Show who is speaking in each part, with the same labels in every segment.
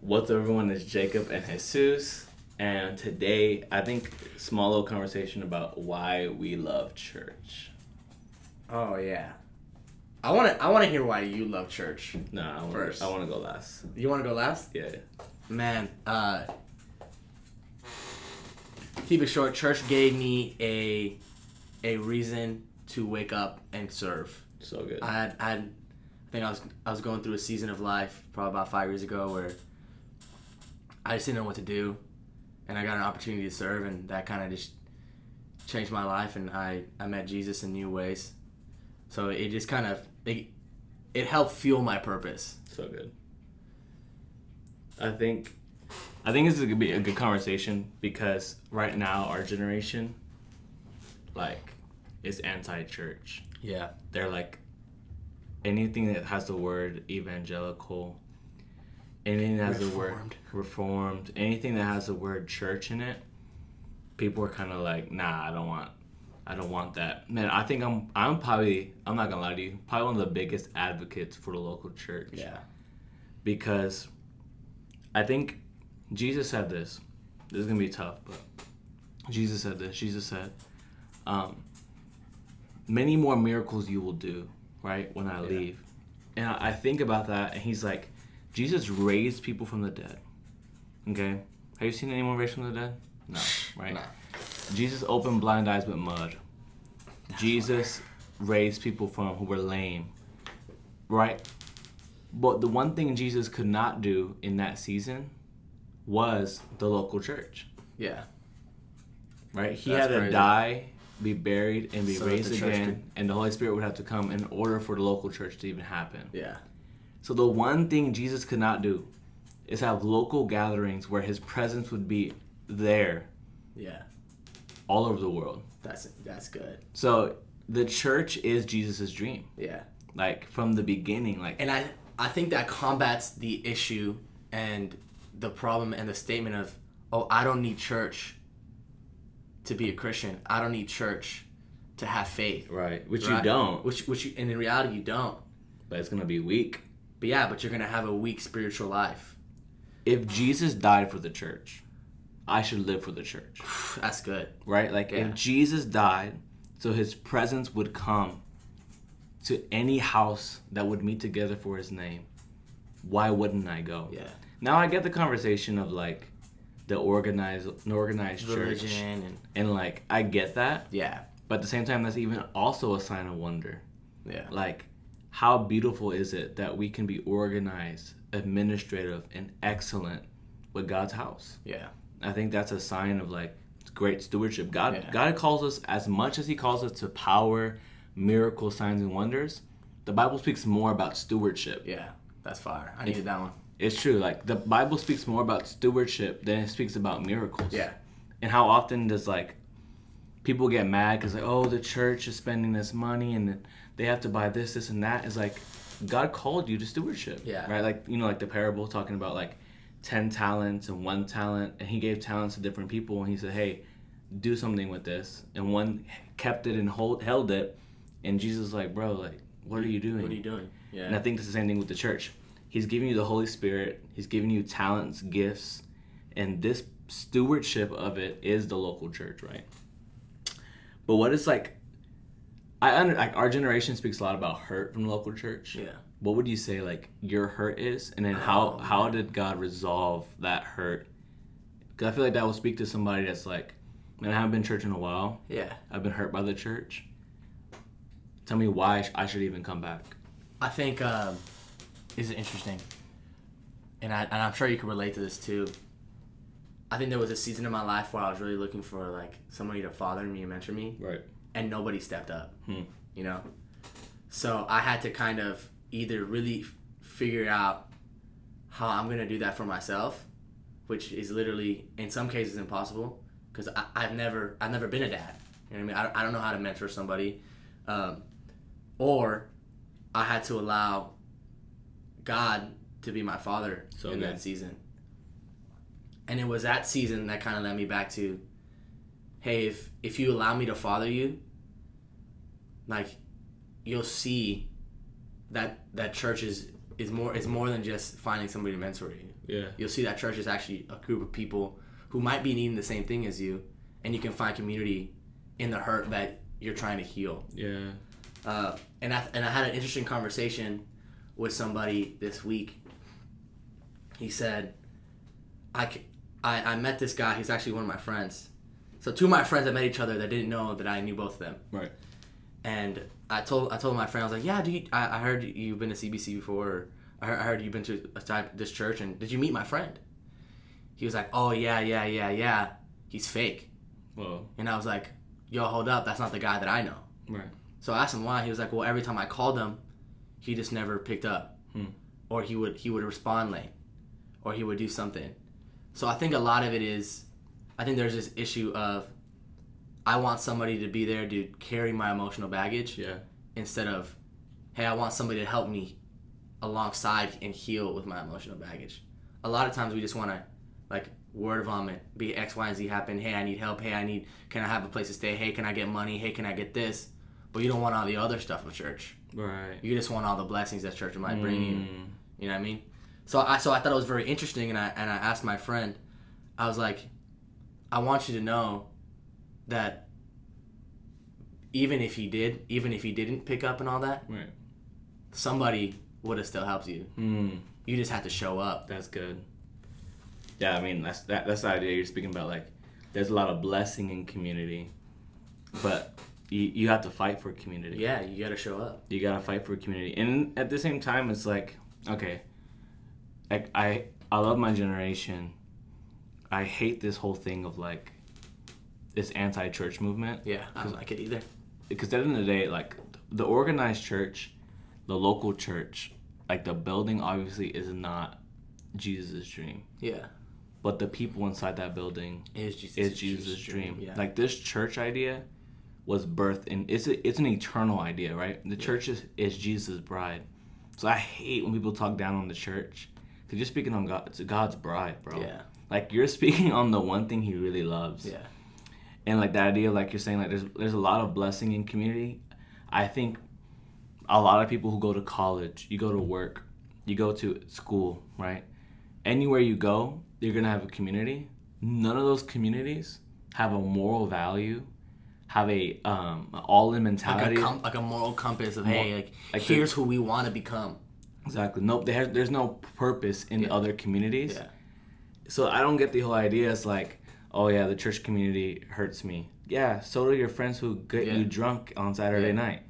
Speaker 1: What's up, everyone? It's Jacob and Jesus. And today, I think, small little conversation about why we love church.
Speaker 2: Oh yeah. I want to. I want to hear why you love church.
Speaker 1: No, I wanna,
Speaker 2: First.
Speaker 1: I want to go last.
Speaker 2: You want to go last,
Speaker 1: Yeah.
Speaker 2: man? Uh, keep it short. Church gave me a a reason to wake up and serve.
Speaker 1: So good.
Speaker 2: I had, I had, I think I was I was going through a season of life probably about five years ago where I just didn't know what to do, and I got an opportunity to serve, and that kind of just changed my life, and I I met Jesus in new ways, so it just kind of it it helped fuel my purpose.
Speaker 1: so good. I think, I think this is gonna be a good conversation because right now our generation, like, is anti-church.
Speaker 2: Yeah.
Speaker 1: they're like anything that has the word evangelical, anything that has the word
Speaker 2: Reformed.
Speaker 1: reformed, anything that has the word church in it, people are kind of like, nah, I don't want, I don't want that. Man, I think I'm, I'm probably, I'm not gonna lie to you, probably one of the biggest advocates for the local church
Speaker 2: Yeah.
Speaker 1: because I think Jesus said this. This is gonna be tough, but Jesus said this. Jesus said, um, "Many more miracles you will do, right? When I leave." And I I think about that, and he's like, "Jesus raised people from the dead." Okay, have you seen anyone raised from the dead? No, right?
Speaker 2: No.
Speaker 1: Jesus opened blind eyes with mud. Jesus raised people from who were lame, right? But the one thing Jesus could not do in that season was the local church,
Speaker 2: Yeah.
Speaker 1: right? He
Speaker 2: That's
Speaker 1: had to
Speaker 2: crazy.
Speaker 1: die, be buried, and be
Speaker 2: So that
Speaker 1: raised
Speaker 2: the church
Speaker 1: again,
Speaker 2: could-
Speaker 1: and the Holy Spirit would have to come in order for the local church to even happen.
Speaker 2: Yeah.
Speaker 1: So the one thing Jesus could not do is have local gatherings where his presence would be there
Speaker 2: Yeah.
Speaker 1: all over the world.
Speaker 2: That's that's good.
Speaker 1: So the church is Jesus' dream,
Speaker 2: Yeah.
Speaker 1: like from the beginning, like
Speaker 2: and I I think that combats the issue and the problem and the statement of oh I don't need church to be a Christian. I don't need church to have faith.
Speaker 1: right, which you
Speaker 2: right?
Speaker 1: don't,
Speaker 2: Which which you, and in reality you don't.
Speaker 1: but it's gonna be weak.
Speaker 2: But yeah, but you're gonna have a weak spiritual life.
Speaker 1: if Jesus died for the church, I should live for the church,
Speaker 2: That's good.
Speaker 1: right? Like
Speaker 2: Yeah.
Speaker 1: if Jesus died, so his presence would come to any house that would meet together for his name. Why wouldn't I go?
Speaker 2: Yeah.
Speaker 1: Now I get the conversation of like the organized an organized church
Speaker 2: Religion and
Speaker 1: and like I get that,
Speaker 2: yeah
Speaker 1: but at the same time that's even also a sign of wonder.
Speaker 2: yeah
Speaker 1: Like how beautiful is it that we can be organized, administrative and excellent with God's house?
Speaker 2: yeah
Speaker 1: I think that's a sign of like great stewardship. God
Speaker 2: Yeah.
Speaker 1: God calls us as much as he calls us to power, miracles, signs and wonders. The Bible speaks more about stewardship.
Speaker 2: yeah. That's fire. I needed that one.
Speaker 1: It's true. Like the Bible speaks more about stewardship than it speaks about miracles.
Speaker 2: Yeah.
Speaker 1: And how often does like people get mad because like oh the church is spending this money and they have to buy this this and that is like God called you to stewardship.
Speaker 2: Yeah.
Speaker 1: Right. Like you know like the parable talking about like ten talents and one talent and he gave talents to different people and he said hey do something with this and one kept it and hold held it and Jesus was like bro like what are you doing?
Speaker 2: What are you doing?
Speaker 1: And I
Speaker 2: Yeah.
Speaker 1: think it's the same thing with the church. He's giving you the Holy Spirit, He's giving you talents, gifts, and this stewardship of it is the local church, right? But what is like, I under, like our generation speaks a lot about hurt from the local church.
Speaker 2: Yeah.
Speaker 1: What would you say like your hurt is, and then how
Speaker 2: Oh,
Speaker 1: how did God resolve that hurt? Because I feel like that will speak to somebody that's like, man, I haven't been to church in a while.
Speaker 2: Yeah.
Speaker 1: I've been hurt by the church. Tell me why I should even come back.
Speaker 2: I think um, is interesting, and I and I'm sure you can relate to this too. I think there was a season in my life where I was really looking for like somebody to father me and mentor me,
Speaker 1: Right.
Speaker 2: and nobody stepped up.
Speaker 1: Hmm.
Speaker 2: You know, so I had to kind of either really f- figure out how I'm gonna do that for myself, which is literally in some cases impossible because I've never I've never been a dad. You know what I mean? I don't, I don't know how to mentor somebody, um, or I had to allow God to be my father
Speaker 1: So
Speaker 2: in
Speaker 1: good.
Speaker 2: that season. And it was that season that kind of led me back to, hey, if if you allow me to father you, like, you'll see that that church is is more it's more than just finding somebody to mentor you.
Speaker 1: Yeah.
Speaker 2: You'll see that church is actually a group of people who might be needing the same thing as you, and you can find community in the hurt that you're trying to heal.
Speaker 1: Yeah.
Speaker 2: Uh, and I and I had an interesting conversation with somebody this week. He said, I, c- I- I met this guy. He's actually one of my friends. So two of my friends that met each other that didn't know that I knew both of them.
Speaker 1: Right.
Speaker 2: And I told I told my friend I was like, yeah, do you, I, I heard you've been to CBC before. Or I heard, I heard you've been to a type, this church. And did you meet my friend? He was like, oh yeah yeah yeah yeah. He's fake.
Speaker 1: Well.
Speaker 2: And I was like, yo hold up, that's not the guy that I know.
Speaker 1: Right.
Speaker 2: So I asked him why. He was like, "Well, every time I called him, he just never picked up,
Speaker 1: Hmm.
Speaker 2: or he would he would respond late, or he would do something." So I think a lot of it is, I think there's this issue of, I want somebody to be there to carry my emotional baggage
Speaker 1: Yeah.
Speaker 2: instead of, hey, I want somebody to help me, alongside and heal with my emotional baggage. A lot of times we just want to, like word vomit, be X, Y, and Z happen. Hey, I need help. Hey, I need. Can I have a place to stay? Hey, can I get money? Hey, can I get this? But you don't want all the other stuff of church.
Speaker 1: Right.
Speaker 2: You just want all the blessings that church might bring you.
Speaker 1: Mm.
Speaker 2: You know what I mean? So I so I thought it was very interesting, and I and I asked my friend, I was like, I want you to know that even if he did, even if he didn't pick up and all that,
Speaker 1: Right.
Speaker 2: somebody would have still helped you.
Speaker 1: Hmm.
Speaker 2: You just have to show up.
Speaker 1: That's good. Yeah, I mean that's that, that's the idea you're speaking about. Like, there's a lot of blessing in community, but you you have to fight for community.
Speaker 2: Yeah, you gotta show up.
Speaker 1: You gotta fight for community, and at the same time, it's like okay, I I, I love my generation. I hate this whole thing of like this anti-church movement
Speaker 2: Yeah, I don't like it either.
Speaker 1: because at the end of the day, like the organized church, the local church, like the building obviously is not Jesus' dream
Speaker 2: Yeah,
Speaker 1: but the people inside that building
Speaker 2: it is Jesus.
Speaker 1: is Jesus' dream.
Speaker 2: Yeah,
Speaker 1: Like this church idea was birthed and it's a, it's an eternal idea, right? The church is, is Jesus' bride. So I hate when people talk down on the church because you're speaking on God. It's God's bride, bro.
Speaker 2: yeah,
Speaker 1: Like you're speaking on the one thing He really loves,
Speaker 2: yeah,
Speaker 1: and like that idea, like you're saying, like there's there's a lot of blessing in community. I think a lot of people who go to college, you go to work, you go to school, right? Anywhere you go, you're gonna have a community. None of those communities have a moral value, have a um, all in
Speaker 2: like a,
Speaker 1: mentality.
Speaker 2: com- like a moral compass of hey, like,
Speaker 1: like the-
Speaker 2: here's who we want to become.
Speaker 1: exactly. Nope. There, there's no purpose in other communities.
Speaker 2: Yeah.
Speaker 1: So I don't get the whole idea. It's like, oh yeah, the church community hurts me. Yeah, so do your friends who get
Speaker 2: Yeah.
Speaker 1: you drunk on Saturday
Speaker 2: Yeah.
Speaker 1: night.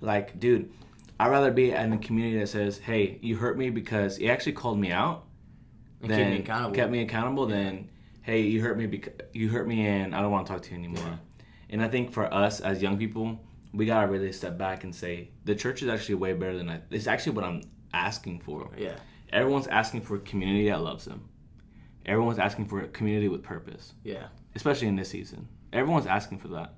Speaker 1: Like, dude, I'd rather be in a community that says, hey, you hurt me because he actually called me out.
Speaker 2: And
Speaker 1: than
Speaker 2: keep me accountable.
Speaker 1: Kept me accountable. Then, hey, you hurt me because you hurt me, and I don't want to talk to you anymore. And I think for us as young people, we gotta really step back and say the church is actually way better than I. It's actually what I'm asking for.
Speaker 2: yeah,
Speaker 1: Everyone's asking for a community that loves them. Everyone's asking for a community with purpose,
Speaker 2: yeah.
Speaker 1: especially in this season. Everyone's asking for that.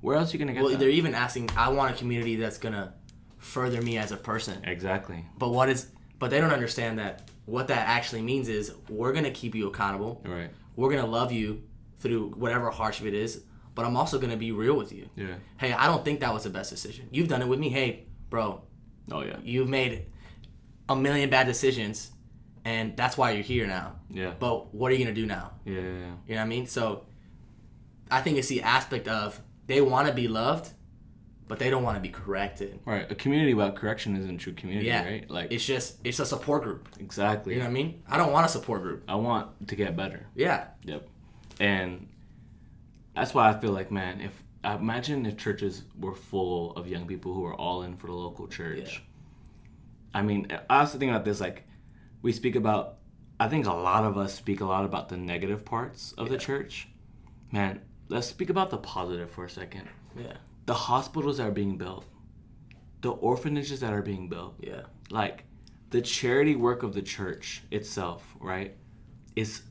Speaker 1: Where else you gonna get
Speaker 2: Well,
Speaker 1: that?
Speaker 2: they're even asking. I want a community that's gonna further me as a person.
Speaker 1: Exactly.
Speaker 2: But what is? But they don't understand that what that actually means is we're gonna keep you accountable.
Speaker 1: Right.
Speaker 2: We're gonna love you through whatever hardship it is. But I'm also gonna be real with you.
Speaker 1: Yeah.
Speaker 2: Hey, I don't think that was the best decision. You've done it with me. Hey, bro,
Speaker 1: Oh yeah.
Speaker 2: you've made a million bad decisions, and that's why you're here now.
Speaker 1: Yeah.
Speaker 2: But what are you gonna do now?
Speaker 1: Yeah. yeah, yeah.
Speaker 2: You know what I mean? So I think it's the aspect of they want to be loved, but they don't want to be corrected.
Speaker 1: Right. A community without correction isn't true community,
Speaker 2: Yeah.
Speaker 1: right? Like
Speaker 2: It's just it's a support group.
Speaker 1: exactly.
Speaker 2: You know what I mean? I don't want a support group.
Speaker 1: I want to get better.
Speaker 2: Yeah.
Speaker 1: Yep. And that's why I feel like, man, if imagine if churches were full of young people who are all in for the local church. I mean, I also think about this like we speak about I think a lot of us speak a lot about the negative parts of the church. Man, let's speak about the positive for a second.
Speaker 2: Yeah.
Speaker 1: The hospitals that are being built, the orphanages that are being built,
Speaker 2: Yeah.
Speaker 1: like the charity work of the church itself, right, is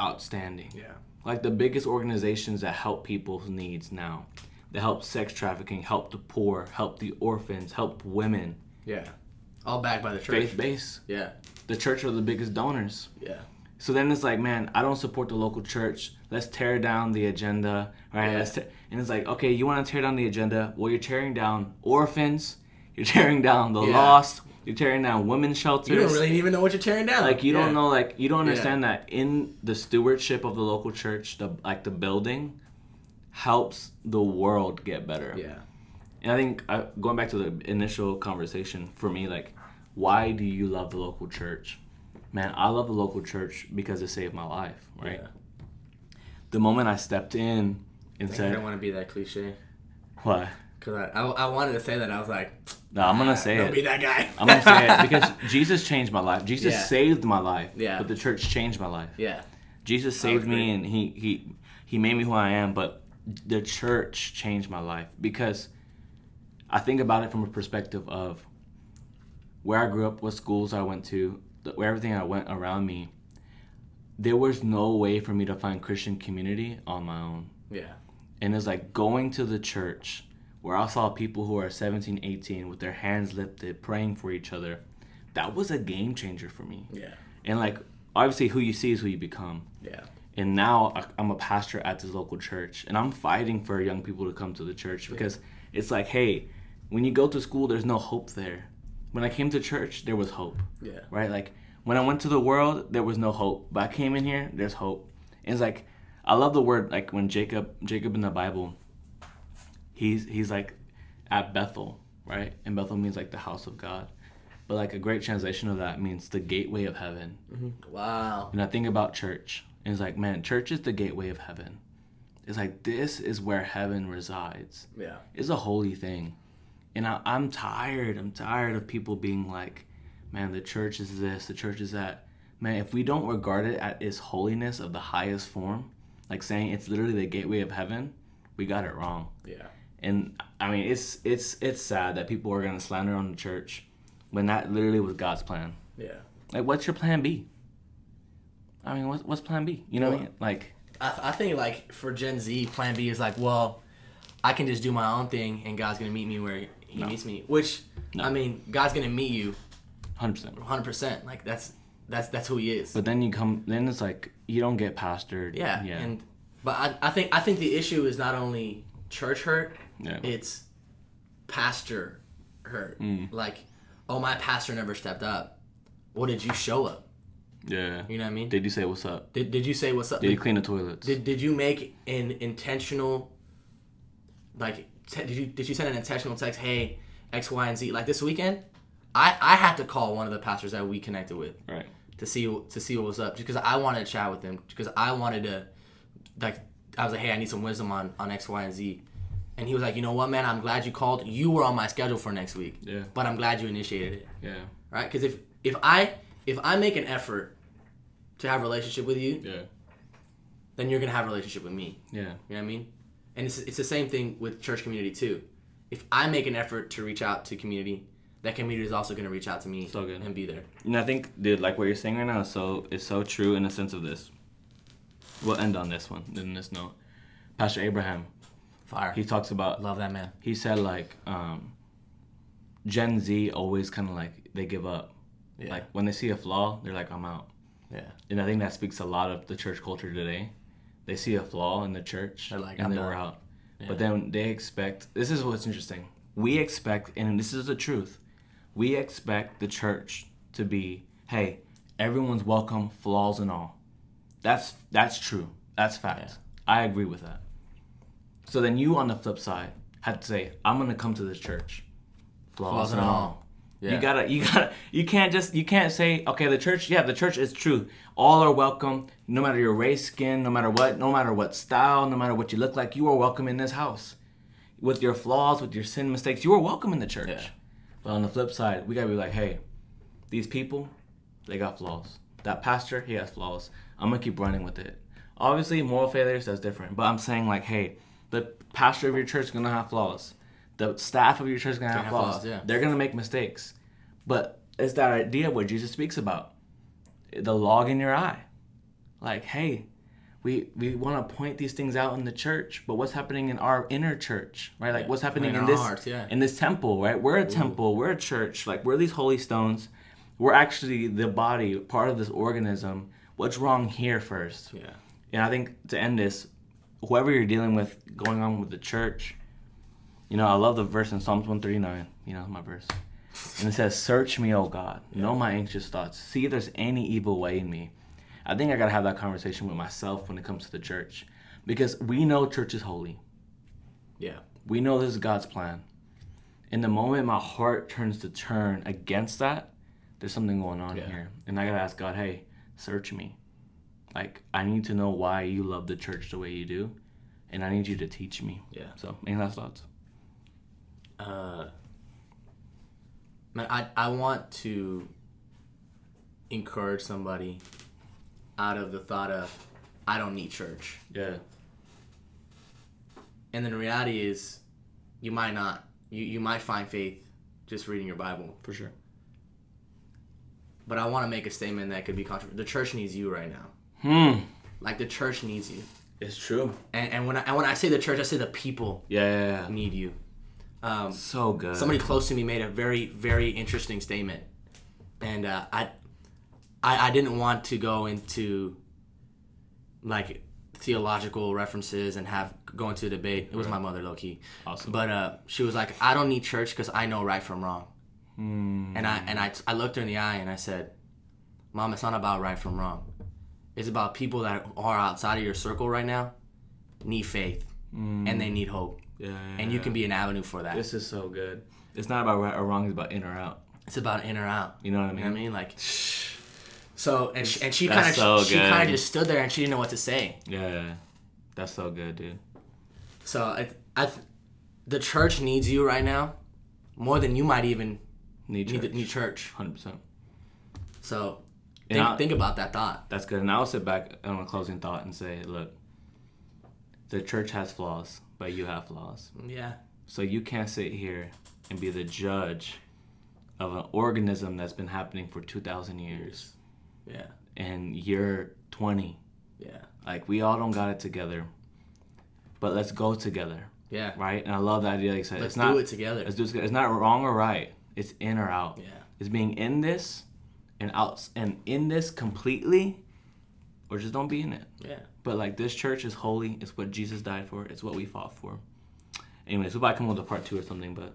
Speaker 1: outstanding
Speaker 2: Yeah.
Speaker 1: like the biggest organizations that help people's needs now that help sex trafficking help the poor help the orphans help women
Speaker 2: Yeah. All backed by the church.
Speaker 1: faith based
Speaker 2: Yeah.
Speaker 1: the church are the biggest donors
Speaker 2: Yeah.
Speaker 1: so then it's like man i don't support the local church let's tear down the agenda right
Speaker 2: Yeah.
Speaker 1: let's te- and it's like okay you want to tear down the agenda well you're tearing down orphans you're tearing down the
Speaker 2: Yeah.
Speaker 1: lost You're tearing down women's shelters.
Speaker 2: You don't really even know what you're tearing down.
Speaker 1: like you
Speaker 2: Yeah.
Speaker 1: don't know like you don't understand that in the stewardship of the local church the like the building helps the world get better
Speaker 2: Yeah.
Speaker 1: and i think uh, going back to the initial conversation for me like why do you love the local church man i love the local church because it saved my life right
Speaker 2: Yeah.
Speaker 1: the moment i stepped in and
Speaker 2: Like, I
Speaker 1: said
Speaker 2: don't want to be that cliche.
Speaker 1: what
Speaker 2: Cause I, I, I wanted to say that. I was like,
Speaker 1: no i'm gonna say
Speaker 2: don't
Speaker 1: it
Speaker 2: be that guy.
Speaker 1: i'm gonna say it because jesus changed my life jesus
Speaker 2: Yeah.
Speaker 1: saved my life
Speaker 2: Yeah.
Speaker 1: but the church changed my life
Speaker 2: yeah.
Speaker 1: Jesus
Speaker 2: I would
Speaker 1: saved me
Speaker 2: agree.
Speaker 1: and he he he made me who I am, but the church changed my life because I think about it from a perspective of where I grew up, what schools I went to, the- where everything I went around me. There was no way for me to find Christian community on my own.
Speaker 2: Yeah.
Speaker 1: And it's like going to the church where I saw people who are 17, 18 with their hands lifted, praying for each other. That was a game changer for me.
Speaker 2: Yeah.
Speaker 1: And like obviously who you see is who you become
Speaker 2: Yeah.
Speaker 1: and now I- I'm a pastor at this local church, and I'm fighting for young people to come to the church because it's like, hey, when you go to school, there's no hope there. When I came to church, there was hope,
Speaker 2: Yeah.
Speaker 1: right? Like when I went to the world, there was no hope, but I came in here, there's hope. And it's like I love the word like when Jacob, Jacob in the Bible, he's he's like at Bethel, right? And Bethel means like the house of God, but like a great translation of that means the gateway of heaven.
Speaker 2: Wow.
Speaker 1: And I think about church. And it's like, man, church is the gateway of heaven. It's like, this is where heaven resides.
Speaker 2: Yeah.
Speaker 1: It's a holy thing. And I, I'm tired. I'm tired of people being like, man, the church is this, the church is that. Man, if we don't regard it at its holiness of the highest form, like saying it's literally the gateway of heaven, we got it wrong
Speaker 2: Yeah.
Speaker 1: and I mean it's it's it's sad that people are gonna slander on the church when that literally was God's plan.
Speaker 2: Yeah.
Speaker 1: Like, what's your plan B? I mean, what's what's plan B? You know, what I mean? like
Speaker 2: I, I think like for Gen Z, Plan B is like, well, I can just do my own thing, and God's gonna meet me where He meets me. Which
Speaker 1: No.
Speaker 2: I mean, God's gonna meet you
Speaker 1: hundred percent.
Speaker 2: 100. percent Like that's that's that's who He is.
Speaker 1: But then you come, then it's like you don't get pastored.
Speaker 2: yeah.
Speaker 1: yeah,
Speaker 2: And but I, I think I think the issue is not only church hurt,
Speaker 1: yeah.
Speaker 2: it's pastor hurt. Like, oh, my pastor never stepped up. Well, did you show up?
Speaker 1: yeah.
Speaker 2: You know what I mean? Did
Speaker 1: Did you say what's up?
Speaker 2: did, you say what's up?
Speaker 1: Did you clean the toilets?
Speaker 2: Did, did you make an intentional, like, te- did you did you send an intentional text? Hey, X, Y, and Z. Like this weekend, I I had to call one of the pastors that we connected with
Speaker 1: right.
Speaker 2: to see to see what was up, just because I wanted to chat with them, because I wanted to, like, I was like, hey, I need some wisdom on on X, Y, and Z, and he was like, you know what, man, I'm glad you called. You were on my schedule for next week,
Speaker 1: Yeah.
Speaker 2: but I'm glad you initiated it
Speaker 1: Yeah.
Speaker 2: right? Because if if I if I make an effort to have a relationship with you,
Speaker 1: Yeah.
Speaker 2: then you're gonna have a relationship with me.
Speaker 1: Yeah.
Speaker 2: You know what I mean? And it's it's the same thing with church community too. If I make an effort to reach out to community, that community is also gonna reach out to me
Speaker 1: So good.
Speaker 2: and be there.
Speaker 1: And I think, dude, like what you're saying right now is so is so true in the sense of this. We'll end on this one, in this note. Pastor Abraham,
Speaker 2: Fire.
Speaker 1: he talks about
Speaker 2: Love that man.
Speaker 1: he said like um gen z always kind of like they give up
Speaker 2: Yeah.
Speaker 1: like when they see a flaw they're like i'm out
Speaker 2: Yeah.
Speaker 1: and i think that speaks a lot of the church culture today they see a flaw in the church
Speaker 2: They're like,
Speaker 1: and
Speaker 2: "I'm
Speaker 1: they
Speaker 2: done."
Speaker 1: were out but then they expect this is what's interesting we expect and this is the truth we expect the church to be hey everyone's welcome flaws and all that's that's true that's fact i agree with that so then you on the flip side had to say i'm gonna come to this church flaws,
Speaker 2: Flaws
Speaker 1: and
Speaker 2: and
Speaker 1: all.
Speaker 2: all. Yeah.
Speaker 1: You gotta, you gotta, you can't just, you can't say, okay, the church, yeah, the church is true. All are welcome, no matter your race, skin, no matter what, no matter what style, no matter what you look like, you are welcome in this house. With your flaws, with your sin mistakes, you are welcome in the church.
Speaker 2: Yeah.
Speaker 1: But on the flip side, we gotta be like, hey, these people, they got flaws. That pastor, he has flaws. I'm gonna keep running with it. Obviously, moral failures, that's different. But I'm saying, like, hey, the pastor of your church is gonna have flaws. The staff of your church is gonna have,
Speaker 2: have
Speaker 1: flaws.
Speaker 2: flaws, yeah.
Speaker 1: They're gonna make mistakes. But it's that idea what Jesus speaks about the log in your eye. Like, hey, we we want to point these things out in the church, but what's happening in our inner church, right? Like, what's happening
Speaker 2: in
Speaker 1: in
Speaker 2: our
Speaker 1: this
Speaker 2: hearts, yeah.
Speaker 1: in this temple, right? We're a temple, we're a church, like we're these holy stones. We're actually the body, part of this organism. What's wrong here first?
Speaker 2: Yeah.
Speaker 1: And I think to end this, whoever you're dealing with going on with the church, you know, I love the verse in Psalms 139. You know, my verse. And it says, Search me, O God. Know my anxious thoughts. See if there's any evil way in me. I think I got to have that conversation with myself when it comes to the church. Because we know church is holy.
Speaker 2: Yeah.
Speaker 1: We know this is God's plan. And the moment my heart turns to turn against that, there's something going on
Speaker 2: Yeah.
Speaker 1: here. And I got to ask God, hey, search me. Like, I need to know why you love the church the way you do. And I need you to teach me.
Speaker 2: Yeah.
Speaker 1: So, any last thoughts?
Speaker 2: Uh, man, I, I want to encourage somebody out of the thought of, I don't need church.
Speaker 1: Yeah.
Speaker 2: And then the reality is, you might not. You, you might find faith just reading your Bible.
Speaker 1: For sure.
Speaker 2: But I want to make a statement that could be controversial. The church needs you right now.
Speaker 1: Hmm.
Speaker 2: Like, the church needs you.
Speaker 1: It's true.
Speaker 2: And, and, when, I, and when I say the church, I say the people
Speaker 1: Yeah. yeah, yeah.
Speaker 2: need you. Um,
Speaker 1: So good.
Speaker 2: somebody close to me made a very very interesting statement and uh, I, I i didn't want to go into like theological references and have go into a debate it was my mother low-key
Speaker 1: Awesome.
Speaker 2: but uh, she was like i don't need church because i know right from wrong
Speaker 1: Hmm.
Speaker 2: and i and I, I looked her in the eye and i said mom it's not about right from wrong it's about people that are outside of your circle right now need faith and they need hope
Speaker 1: yeah, yeah,
Speaker 2: and you can be an avenue for that
Speaker 1: This is so good. It's not about right or wrong. It's about in or out.
Speaker 2: it's about in or out
Speaker 1: You know what I
Speaker 2: You
Speaker 1: mean?
Speaker 2: know what I mean? Like, so and she, and she kind
Speaker 1: That's
Speaker 2: of
Speaker 1: so
Speaker 2: she kind
Speaker 1: good.
Speaker 2: of just stood there and she didn't know what to say.
Speaker 1: Yeah, yeah, yeah. That's so good, dude.
Speaker 2: So I, I th- the church needs you right now more than you might even
Speaker 1: Need
Speaker 2: need the
Speaker 1: church.
Speaker 2: need church.
Speaker 1: Hundred percent.
Speaker 2: So
Speaker 1: And
Speaker 2: think,
Speaker 1: I-
Speaker 2: think about that thought.
Speaker 1: That's good. And I'll sit back on a closing thought and say, look, the church has flaws, but you have flaws.
Speaker 2: Yeah.
Speaker 1: So you can't sit here and be the judge of an organism that's been happening for two thousand years,
Speaker 2: Yeah.
Speaker 1: and you're twenty.
Speaker 2: Yeah.
Speaker 1: Like we all don't got it together, but let's go together,
Speaker 2: Yeah.
Speaker 1: right? And I love that idea. Like I said,
Speaker 2: Let's
Speaker 1: it's not
Speaker 2: do it together.
Speaker 1: Let's do this. It's not wrong or right. It's in or out.
Speaker 2: Yeah.
Speaker 1: It's being in this and out and in this completely, or just don't be in it.
Speaker 2: Yeah.
Speaker 1: But like this church is holy. It's what Jesus died for. It's what we fought for. Anyways, we might come with a part two or something, but